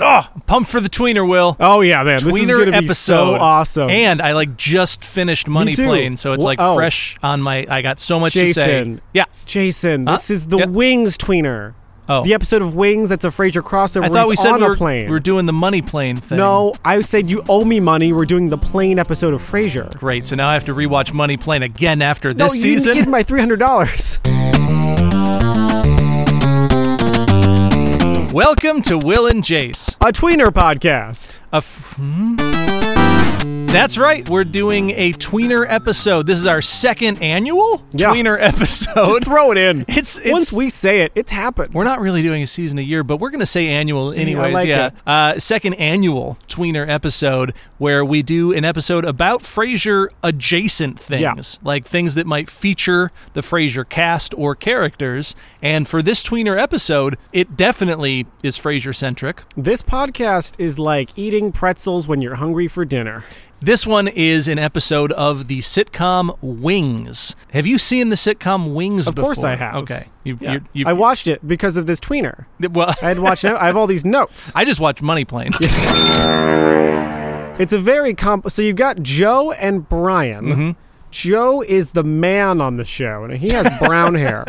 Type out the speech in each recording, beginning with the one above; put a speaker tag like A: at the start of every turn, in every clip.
A: Oh, I'm pumped for the tweener, Will.
B: Oh yeah, man, this is
A: tweener
B: gonna be so
A: episode.
B: awesome.
A: And I like just finished Money
B: too.
A: Plane, so it's
B: Wha-
A: like
B: oh.
A: fresh on my. I got so much to
B: Jason.
A: say. Yeah.
B: Jason, this
A: Huh?
B: is the
A: Yep.
B: Wings tweener.
A: Oh.
B: The episode of Wings that's a Frasier crossover.
A: I
B: where
A: thought we
B: he's
A: said
B: on
A: we
B: a
A: were,
B: plane.
A: we were doing the money plane thing.
B: no, I said you owe me money. We're doing the plane episode of Frasier.
A: Great. So now I have to rewatch Money Plane again after
B: No,
A: this
B: you didn't
A: season.
B: give me my three hundred dollars.
A: Welcome to Will and Jace.
B: A tweener podcast.
A: A f- hmm? That's right. We're doing a tweener episode. This is our second annual
B: Yeah.
A: tweener episode.
B: Just throw it in.
A: Oh, It's- it's-
B: once we say it, it's happened.
A: We're not really doing a season a year, but we're going to say annual anyways.
B: like
A: yeah.
B: it.
A: Uh, second annual tweener episode where we do an episode about Frasier adjacent things, like things that might feature the Frasier cast or characters. And for this tweener episode, it definitely is Frasier centric.
B: This podcast is like eating pretzels when you're hungry for dinner.
A: This one is an episode of the sitcom Wings. Have you seen the sitcom Wings
B: Of course
A: before?
B: I have.
A: Okay. You,
B: Yeah.
A: you, you,
B: I watched it because of this tweener.
A: well,
B: I had watched. I have all these notes.
A: I just watched Money Plane.
B: It's a very comp. So you've got Joe and Brian.
A: Mm-hmm.
B: Joe is the man on the show, and he has brown hair.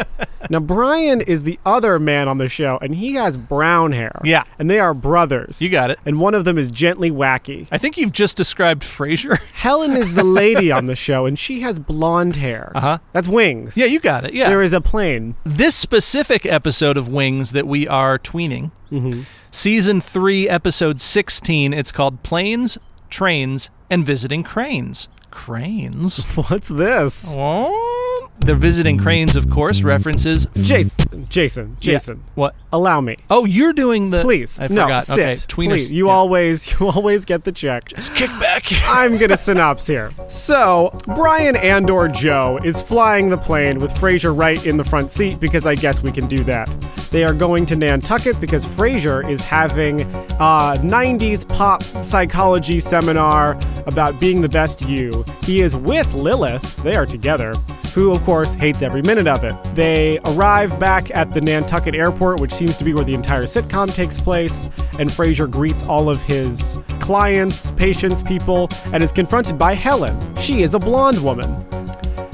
B: Now Brian is the other man on the show, and he has brown hair.
A: Yeah.
B: and they are brothers.
A: You got it.
B: And one of them is gently wacky.
A: I think you've just described Frasier.
B: Helen is the lady on the show, and she has blonde hair. Uh
A: Uh-huh.
B: That's wings.
A: Yeah, you got it. Yeah.
B: There is a plane.
A: this specific episode of Wings that we are tweening,
B: Mm-hmm.
A: season three, episode 16, it's called Planes, Trains, and Visiting Cranes. Cranes?
B: What's this?
A: Oh. They're visiting cranes, of course, references.
B: Jason. Jason.
A: Yeah.
B: Jason.
A: What?
B: Allow me.
A: Oh, you're doing the.
B: Please.
A: I forgot.
B: No,
A: okay,
B: sit.
A: tweeners.
B: Please. You
A: yeah.
B: always you always get the check.
A: Just kick back.
B: I'm gonna synopse here. So Brian and or Joe is flying the plane with Frasier right in the front seat because I guess we can do that. They are going to Nantucket because Frasier is having a 90s pop psychology seminar about being the best you. He is with Lilith. They are together. Who, of course, hates every minute of it. They arrive back at the Nantucket airport, which seems to be where the entire sitcom takes place, and Frasier greets all of his clients, patients, people, and is confronted by Helen. She is a blonde woman.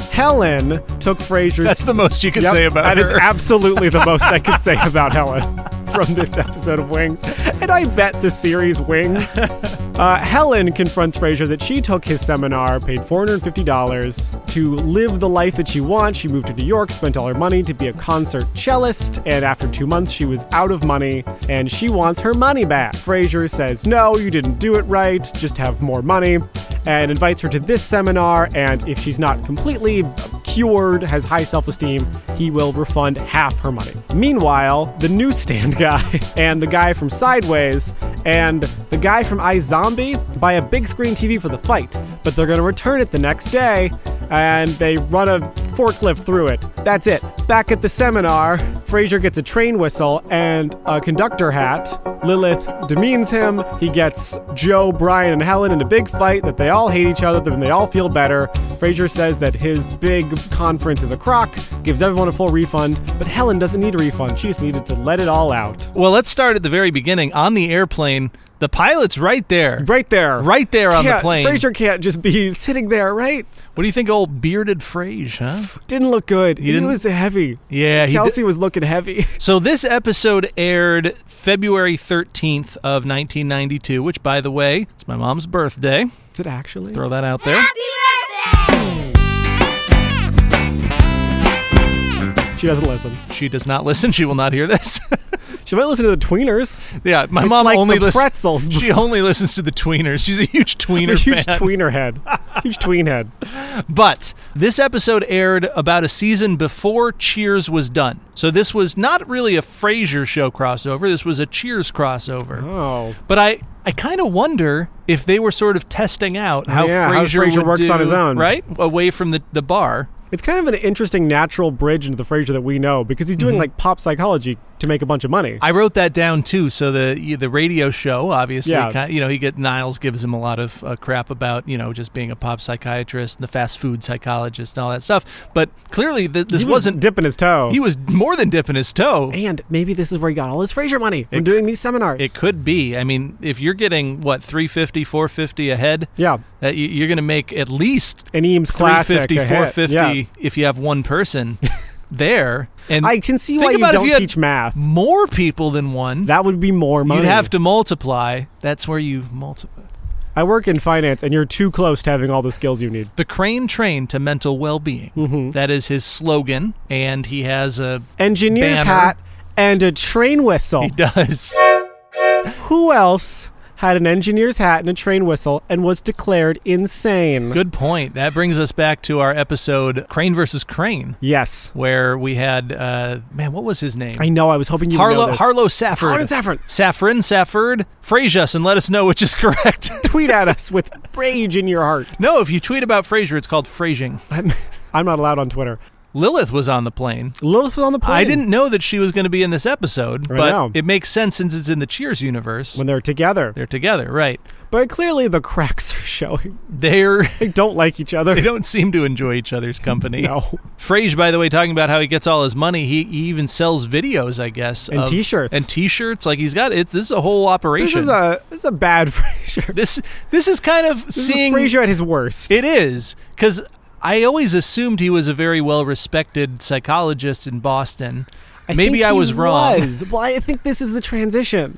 B: Helen took Frasier's.
A: That's the most you can
B: Yep,
A: say about
B: That
A: her.
B: is absolutely the most I could say about Helen from this episode of Wings. And I bet the series Wings. Uh, Helen confronts Frasier that she took his seminar, paid $450 to live the life that she wants. She moved to New York, spent all her money to be a concert cellist, and after two months, she was out of money and she wants her money back. Frasier says, No, you didn't do it right, just have more money, and invites her to this seminar. And if she's not completely cured, has high self esteem, he will refund half her money. Meanwhile, the newsstand guy and the guy from Sideways and the guy from iZombie buy a big screen TV for the fight, but they're going to return it the next day and they run a forklift through it. That's it. Back at the seminar, Frasier gets a train whistle and a conductor hat. Lilith demeans him. He gets Joe, Brian, and Helen in a big fight that they all hate each other, then they all feel better. Frasier says that his big conference is a crock, gives everyone a full refund, but Helen doesn't need a refund. She just needed to let it all out.
A: well, let's start at the very beginning. On the airplane, the pilot's right there.
B: Right there.
A: Right there on the
B: Can't-
A: plane.
B: Frasier can't just be sitting there, right?
A: What do you think, of old bearded Frasier, huh?
B: Didn't look good. He,
A: didn't-
B: was heavy.
A: Yeah, he
B: Kelsey was looking heavy.
A: So this episode aired February 13th of 1992, which by the way, it's my mom's birthday.
B: Is it actually?
A: Throw that out there.
B: She doesn't listen.
A: She does not listen. She will not hear this.
B: She might listen to the tweeners.
A: yeah, my mom
B: like
A: only
B: the
A: listens
B: pretzels
A: She only listens to the tweeners. She's a huge tweener
B: A huge
A: fan.
B: tweener head. Huge tween head.
A: But this episode aired about a season before Cheers was done. So this was not really a Frasier show crossover. This was a Cheers crossover.
B: Oh.
A: But I, I kind of wonder if they were sort of testing out how
B: Yeah, how
A: Frasier
B: Frasier
A: would
B: works
A: do,
B: on his own.
A: right away from the, the bar.
B: It's kind of an interesting natural bridge into the Frasier that we know because he's doing like pop psychology to make a bunch of money.
A: Mm-hmm. I wrote that down too. So the the radio show, obviously,
B: Yeah.
A: kind you know, he get Niles gives him a lot of uh, crap about you know just being a pop psychiatrist and the fast food psychologist and all that stuff. But clearly, th- this
B: He was
A: wasn't.
B: dipping his toe.
A: he was more than dipping his toe.
B: and maybe this is where he got all his Frasier money from doing these seminars.
A: It could be. I mean, if you're getting what 350, 450 a head,
B: yeah,
A: that you- you're going to make at least
B: an Eames classic.
A: 350,
B: a hit.
A: 450
B: Yeah.
A: if you have one person there. And
B: I can see
A: Think
B: why you
A: about if
B: don't
A: you had-
B: teach math.
A: more people than one,
B: That would be more money.
A: you'd have to multiply. That's where you multiply.
B: I work in finance, and you're too close to having all the skills you need.
A: The Crane Train to Mental Well-Being.
B: Mm-hmm.
A: That is his slogan, and he has a...
B: Engineer's
A: Banner.
B: hat and a train whistle.
A: He does.
B: Who else had an engineer's hat and a train whistle and was declared insane?
A: Good point. That brings us back to our episode Crane versus Crane,
B: Yes,
A: where we had... Uh, man, what was his name?
B: I know. I was hoping you would know
A: Harlow
B: this.
A: Harlow Safford.
B: Harlan Safford.
A: Saffron, Safford, phrase us and let us know which is correct.
B: Tweet at us with rage in your heart.
A: no, if you tweet about Frasier, it's called phrasing.
B: I'm, I'm not allowed on Twitter.
A: Lilith was on the plane.
B: Lilith was on the plane.
A: I didn't know that she was going to be in this episode,
B: I
A: but
B: know.
A: it makes sense since it's in the Cheers universe.
B: when they're together,
A: They're together, right?
B: but clearly the cracks are showing.
A: They're
B: They don't like each other.
A: they don't seem to enjoy each other's company.
B: No.
A: Frasier, by the way, talking about how he gets all his money. He, he even sells videos, I guess,
B: And
A: of-
B: t-shirts.
A: and T-shirts. Like he's got it's this is a whole
B: This
A: operation.
B: is a this is a bad Frasier.
A: this this is kind of
B: This
A: seeing
B: is Frasier at his worst.
A: It is because I always assumed he was a very well-respected psychologist in Boston.
B: I
A: Maybe I
B: think he
A: was wrong. Hmm.
B: was. Well, I think this is the transition.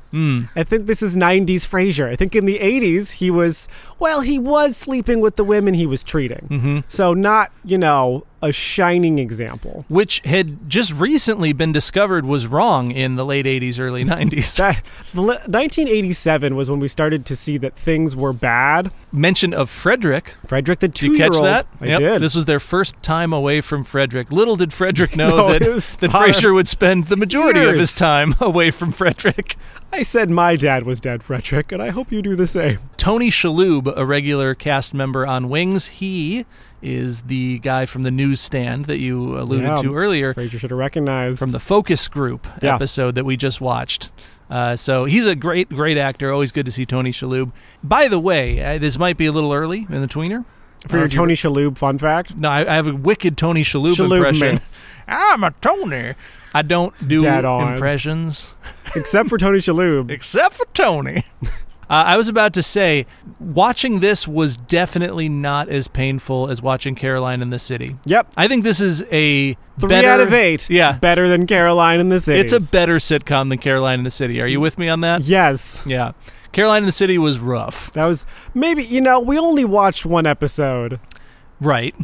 B: I think this is 90s Frasier. I think in the 80s, he was, well, he was sleeping with the women he was treating.
A: Mm-hmm.
B: So, not, you know, a shining example.
A: Which had just recently been discovered was wrong in the late 80s, early 90s.
B: That, the le- 1987 was when we started to see that things were bad.
A: Mention of Frederick.
B: Frederick the
A: Did you
B: two year
A: catch
B: old.
A: that?
B: I
A: Yep.
B: did.
A: This was their first time away from Frederick. Little did Frederick know
B: No,
A: that,
B: it was
A: that
B: far-
A: Frasier would spend the majority of his
B: Years.
A: time away from Frederick.
B: I said my dad was dead, Frederick, and I hope you do the same.
A: Tony Shalhoub, a regular cast member on Wings, he is the guy from the newsstand that you alluded
B: Yeah.
A: to earlier.
B: Frasier should have recognized.
A: from the focus group
B: Yeah.
A: episode that we just watched. Uh, so he's a great, great actor. Always good to see Tony Shalhoub. By the way, uh, this might be a little early in the tweener.
B: For your Tony Shalhoub fun fact.
A: No, I, I have a wicked Tony Shalhoub,
B: Shalhoub
A: impression.
B: man.
A: I'm a Tony. I don't do
B: dead on.
A: impressions
B: Except for Tony Shalhoub.
A: except for Tony. uh, I was about to say, watching this was definitely not as painful as watching Caroline in the City.
B: Yep.
A: I think this is a
B: Three
A: better,
B: out of eight.
A: Yeah,
B: Better than Caroline in the City.
A: It's a better sitcom than Caroline in the City. Are you with me on that?
B: Yes.
A: Yeah. Caroline in the City was rough.
B: That was maybe, you know, we only watched one episode
A: Right.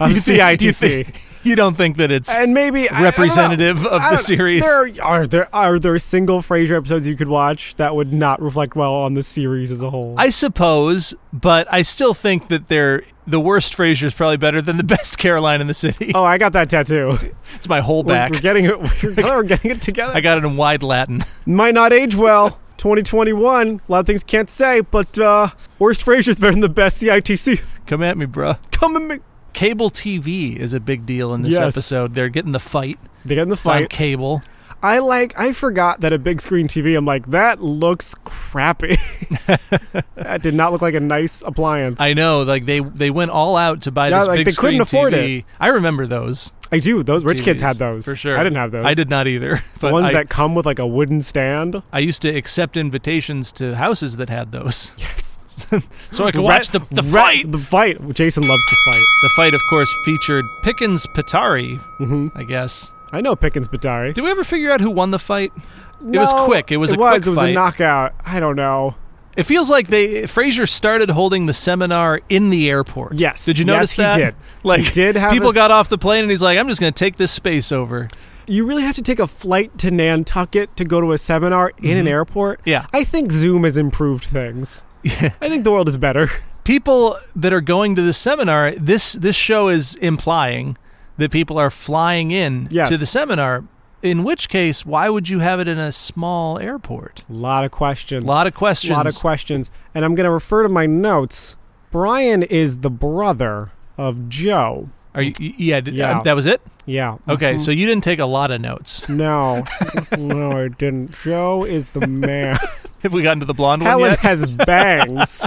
B: of
A: You thi-
B: CITC.
A: you thi- You don't think that it's
B: and maybe I- I don't know.
A: representative of
B: I
A: the
B: don't-
A: series?
B: There are, are there are there single Frasier episodes you could watch that would not reflect well on the series as a whole.
A: I suppose, but I still think that they're the worst Frasier is probably better than the best Caroline in the City.
B: oh, I got that tattoo.
A: It's my whole
B: We're,
A: back.
B: we're getting it. We're, glad we're getting it together.
A: I got it in wide Latin.
B: Might not age well. 2021. A lot of things can't say, but uh, worst Frasier's better than the best CITC.
A: Come at me, bruh.
B: Come and make.
A: Cable TV is a big deal in this
B: Yes.
A: episode. They're getting the fight.
B: They get in the
A: It's on
B: fight.
A: cable.
B: I like I forgot that a big screen TV. I'm like that looks crappy. that did not look like a nice appliance. I,
A: I know, like they they went all out to buy
B: Yeah,
A: this
B: like,
A: big
B: they
A: screen
B: couldn't afford
A: TV. I remember those.
B: do. Those rich kids
A: TVs,
B: had those
A: for sure.
B: I didn't have those.
A: I did not either.
B: The
A: But
B: ones
A: I,
B: that come with like a wooden stand.
A: I used to accept invitations to houses that had those,
B: Yes.
A: so I could
B: Re-
A: watch the, the
B: re-
A: fight.
B: The fight. Jason loves the fight.
A: The fight, of course, featured Pickens Patari.
B: Mhm.
A: I guess.
B: I know Pickens Batari.
A: Did we ever figure out who won the fight? It was quick. It was
B: It
A: a
B: was.
A: quick
B: it was
A: fight.
B: a knockout. I don't know.
A: It feels like they Fraser started holding the seminar in the airport.
B: Yes.
A: Did you
B: Yes,
A: notice
B: he
A: that?
B: did.
A: Like
B: He did have
A: people
B: a-
A: got off the plane and he's like, "I'm just going to take this space over."
B: You really have to take a flight to Nantucket to go to a seminar in an airport.
A: Mm-hmm. Yeah.
B: I think Zoom has improved things. I think the world is better.
A: people that are going to the seminar this this show is implying that people are flying in
B: Yes.
A: to the seminar in which case why would you have it in a small airport
B: A lot of questions.
A: a lot of questions
B: A lot of questions. And I'm going to refer to my notes. Brian is the brother of Joe.
A: Are you? y- Yeah. Did,
B: Yeah. Mm-hmm.
A: uh, that was it.
B: Yeah.
A: Okay. So you didn't take a lot of notes.
B: No, no, I didn't. Joe is the man.
A: Have we gotten to the blonde one
B: Helen
A: yet?
B: has bangs.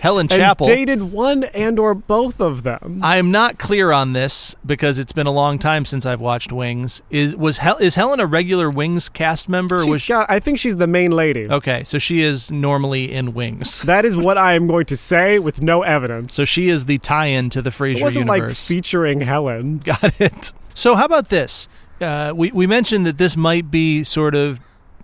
A: Helen
B: and
A: Chapel.
B: dated one and or both of them.
A: I am not clear on this because it's been a long time since I've watched Wings. Is was Hel- is Helen a regular Wings cast member? or was
B: She's
A: she-
B: got, I think she's the main lady.
A: okay, so she is normally in Wings.
B: That is what I am going to say with no evidence.
A: So she is the tie-in to the
B: it
A: Frasier
B: wasn't like
A: universe.
B: featuring Helen.
A: Got it. So how about this? Uh, we we mentioned that this might be sort of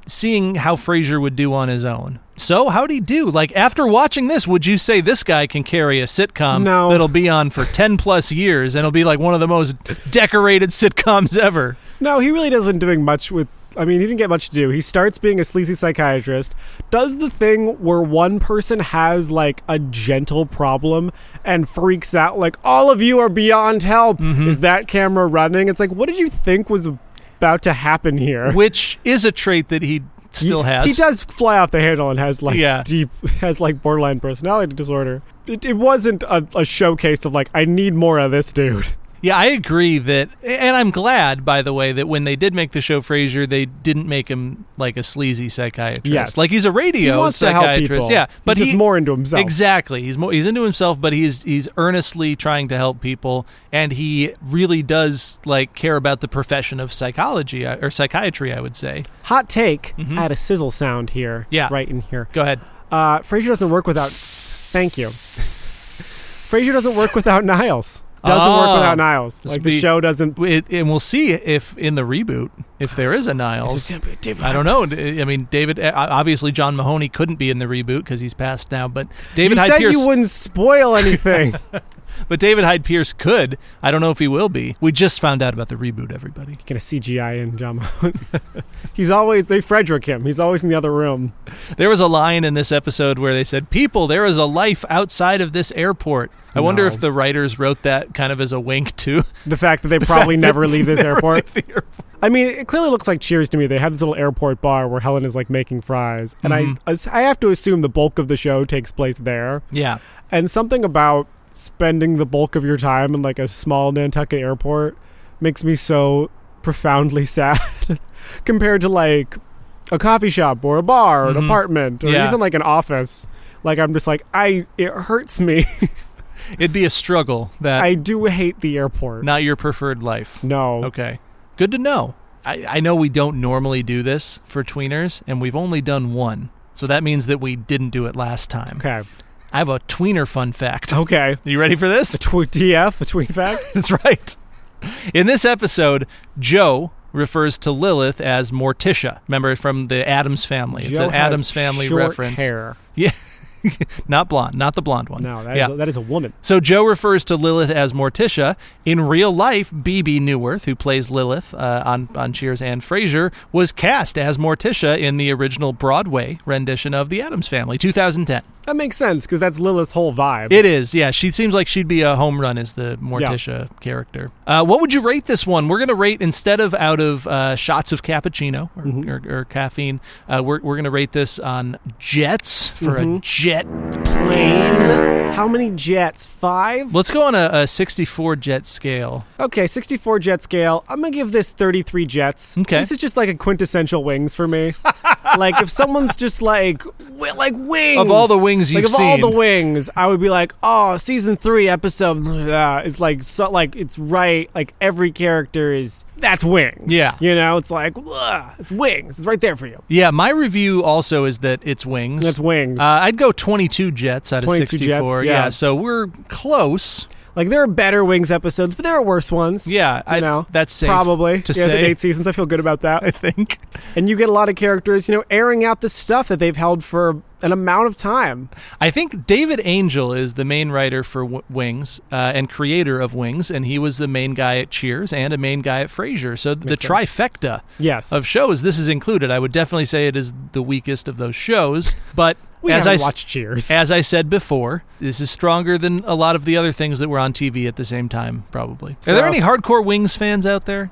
A: seeing how Frasier would do on his own. So how'd he do? Like after watching this, would you say this guy can carry a sitcom
B: No.
A: that'll be on for ten plus years and it'll be like one of the most decorated sitcoms ever?
B: No, he really doesn't doing much with. I mean, he didn't get much to do. He starts being a sleazy psychiatrist, does the thing where one person has like a gentle problem and freaks out, like all of you are beyond help.
A: Mm-hmm.
B: Is that camera running? It's like, what did you think was about to happen here?
A: Which is a trait that he still
B: He-
A: has.
B: He does fly off the handle and has like
A: Yeah.
B: deep, has like borderline personality disorder. It, it wasn't a, a showcase of like, I need more of this dude.
A: Yeah, I agree that, and I'm glad, by the way, that when they did make the show Frasier, they didn't make him like a sleazy psychiatrist.
B: Yes.
A: like he's a radio
B: he wants to help
A: psychiatrist.
B: people.
A: Yeah, but
B: he's
A: he
B: just more into himself.
A: exactly he's more he's into himself, but he's he's earnestly trying to help people, and he really does like care about the profession of psychology I- or psychiatry. I would say.
B: Hot take. I had a sizzle sound here.
A: Mm-hmm. Yeah.
B: Right in here.
A: Go ahead.
B: Uh, Frasier doesn't work without. Thank you. Frasier doesn't work without Niles. Doesn't
A: Oh.
B: work without Niles.
A: This
B: Like
A: would
B: the
A: be-
B: show doesn't.
A: It, and we'll see if in the reboot if there is a Niles. I don't know. I mean, David. uh, Obviously, John Mahoney couldn't be in the reboot because he's passed now. But David
B: you
A: Hyde
B: said
A: Pierce.
B: you wouldn't spoil anything.
A: But David Hyde Pierce could. I don't know if he will be. We just found out about the reboot, everybody.
B: Gonna CGI in John Mahone. He's always they Frederick him. He's always in the other room.
A: There was a line in this episode where they said, People, there is a life outside of this airport. I wonder
B: No.
A: if the writers wrote that kind of as a wink to
B: The fact that they probably never leave this airport.
A: the airport.
B: I mean, it clearly looks like Cheers to me. They have this little airport bar where Helen is like making fries, and I I have to assume the bulk of the show takes place there.
A: Yeah.
B: and something about spending the bulk of your time in like a small Nantucket airport makes me so profoundly sad compared to like a coffee shop or a bar or an
A: Mhm.
B: apartment or
A: Yeah.
B: even like an office like i'm just like i it hurts me
A: It'd be a struggle that
B: i do hate the airport
A: not your preferred life.
B: no
A: Okay. Good to know. I, I know we don't normally do this for tweeners, and we've only done one. So that means that we didn't do it last time.
B: okay
A: I have a tweener fun fact.
B: okay
A: You ready for this?
B: Tw- df between fact
A: That's right. In this episode, Joe refers to Lilith as Morticia. Remember from the Adams family. It's
B: Joe
A: an
B: has
A: Adams family
B: short
A: reference.
B: hair
A: Yeah. not blonde, not the blonde one.
B: no that is
A: yeah.
B: that is a woman
A: So Joe refers to Lilith as Morticia. In real life, BB Newirth, who plays Lilith uh, on on Cheers and Frasier, was cast as Morticia in the original Broadway rendition of The Adams Family, 2010.
B: that makes sense because that's lilith's whole vibe
A: It is, yeah. She seems like she'd be a home run as the Morticia character. Uh, what would you rate this one? We're going to rate instead of out of uh, shots of cappuccino or,
B: Mm-hmm.
A: or, or caffeine. Uh, we're we're going to rate this on jets for
B: Mm-hmm.
A: a jet plane.
B: how many jets five
A: Let's go on a, a 64 jet scale.
B: Okay, 64 jet scale. I'm going to give this 33 jets.
A: Okay.
B: This is just like a quintessential wings for me. like if someone's just like wi- like wings.
A: Of all the wings
B: like
A: you've
B: of all
A: seen.
B: the wings, I would be like, "Oh, season 3 episode uh, is like so like it's right like every character is that's wings."
A: Yeah.
B: You know, it's like, ugh, it's wings. It's right there for you.
A: Yeah, my review also is that it's wings.
B: That's wings.
A: Uh, I'd go 22 jets out of
B: 22 jets,
A: 64.
B: yeah.
A: so we're close.
B: like there are better wings episodes, but there are worse ones.
A: Yeah, I
B: You know,
A: that's safe
B: Probably.
A: to
B: yeah,
A: say.
B: the eight seasons. I feel good about that.
A: I think.
B: and you get a lot of characters, you know, airing out the stuff that they've held for an amount of time.
A: I think David Angel is the main writer for w- Wings uh, and creator of Wings, and he was the main guy at Cheers and a main guy at Frasier. So the trifecta
B: Yes,
A: of shows, this is included. I would definitely say it is the weakest of those shows, but
B: we
A: as
B: haven't
A: I s-
B: watched Cheers.
A: as I said before, this is stronger than a lot of the other things that were on TV at the same time, probably. Are
B: So-
A: there any hardcore Wings fans out there?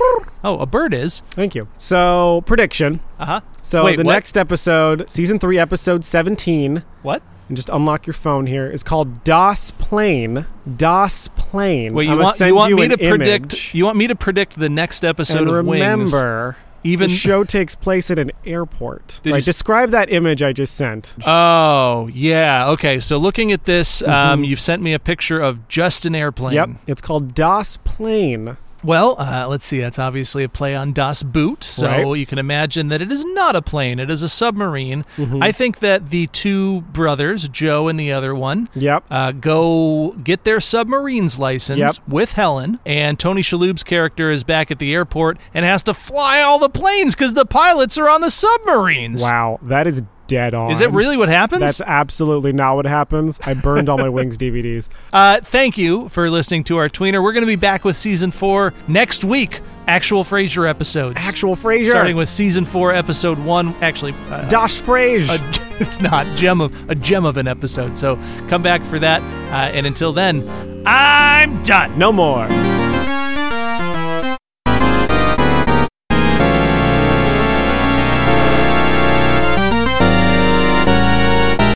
A: oh, a bird is.
B: Thank you. So prediction.
A: Uh huh.
B: So
A: Wait,
B: the
A: what?
B: next episode, season three, episode seventeen,
A: What?
B: and just unlock your phone here. Is called DOS Plane. DOS Plane.
A: Wait,
B: I'm
A: you
B: gonna
A: want
B: send
A: you want
B: you
A: me
B: an
A: to predict?
B: image.
A: You want me to predict the next episode
B: and
A: of Wings?
B: remember,
A: Even
B: the show takes place at an airport.
A: Did
B: like,
A: you s-
B: describe that image I just sent.
A: oh yeah okay. So looking at this, um, you've sent me a picture of just an airplane.
B: Mm-hmm. Yep, it's called DOS Plane.
A: Well, uh, let's see. That's obviously a play on Das Boot, so
B: Right.
A: you can imagine that it is not a plane; it is a submarine.
B: Mm-hmm.
A: I think that the two brothers, Joe and the other one,
B: Yep.
A: uh, go get their submarine's license
B: Yep.
A: with Helen, and Tony Shalhoub's character is back at the airport and has to fly all the planes because the pilots are on the submarines.
B: Wow, that is dead on.
A: Is that really what happens?
B: That's absolutely not what happens. I burned all my Wings DVDs.
A: Uh, thank you for listening to our tweener. We're going to be back with season four next week. Actual Frasier episodes.
B: Actual Frasier.
A: Starting with season four, episode one. Actually, uh,
B: Dosh Frasier.
A: a, it's not gem of a gem of an episode. So come back for that. Uh, and until then, I'm done.
B: no more.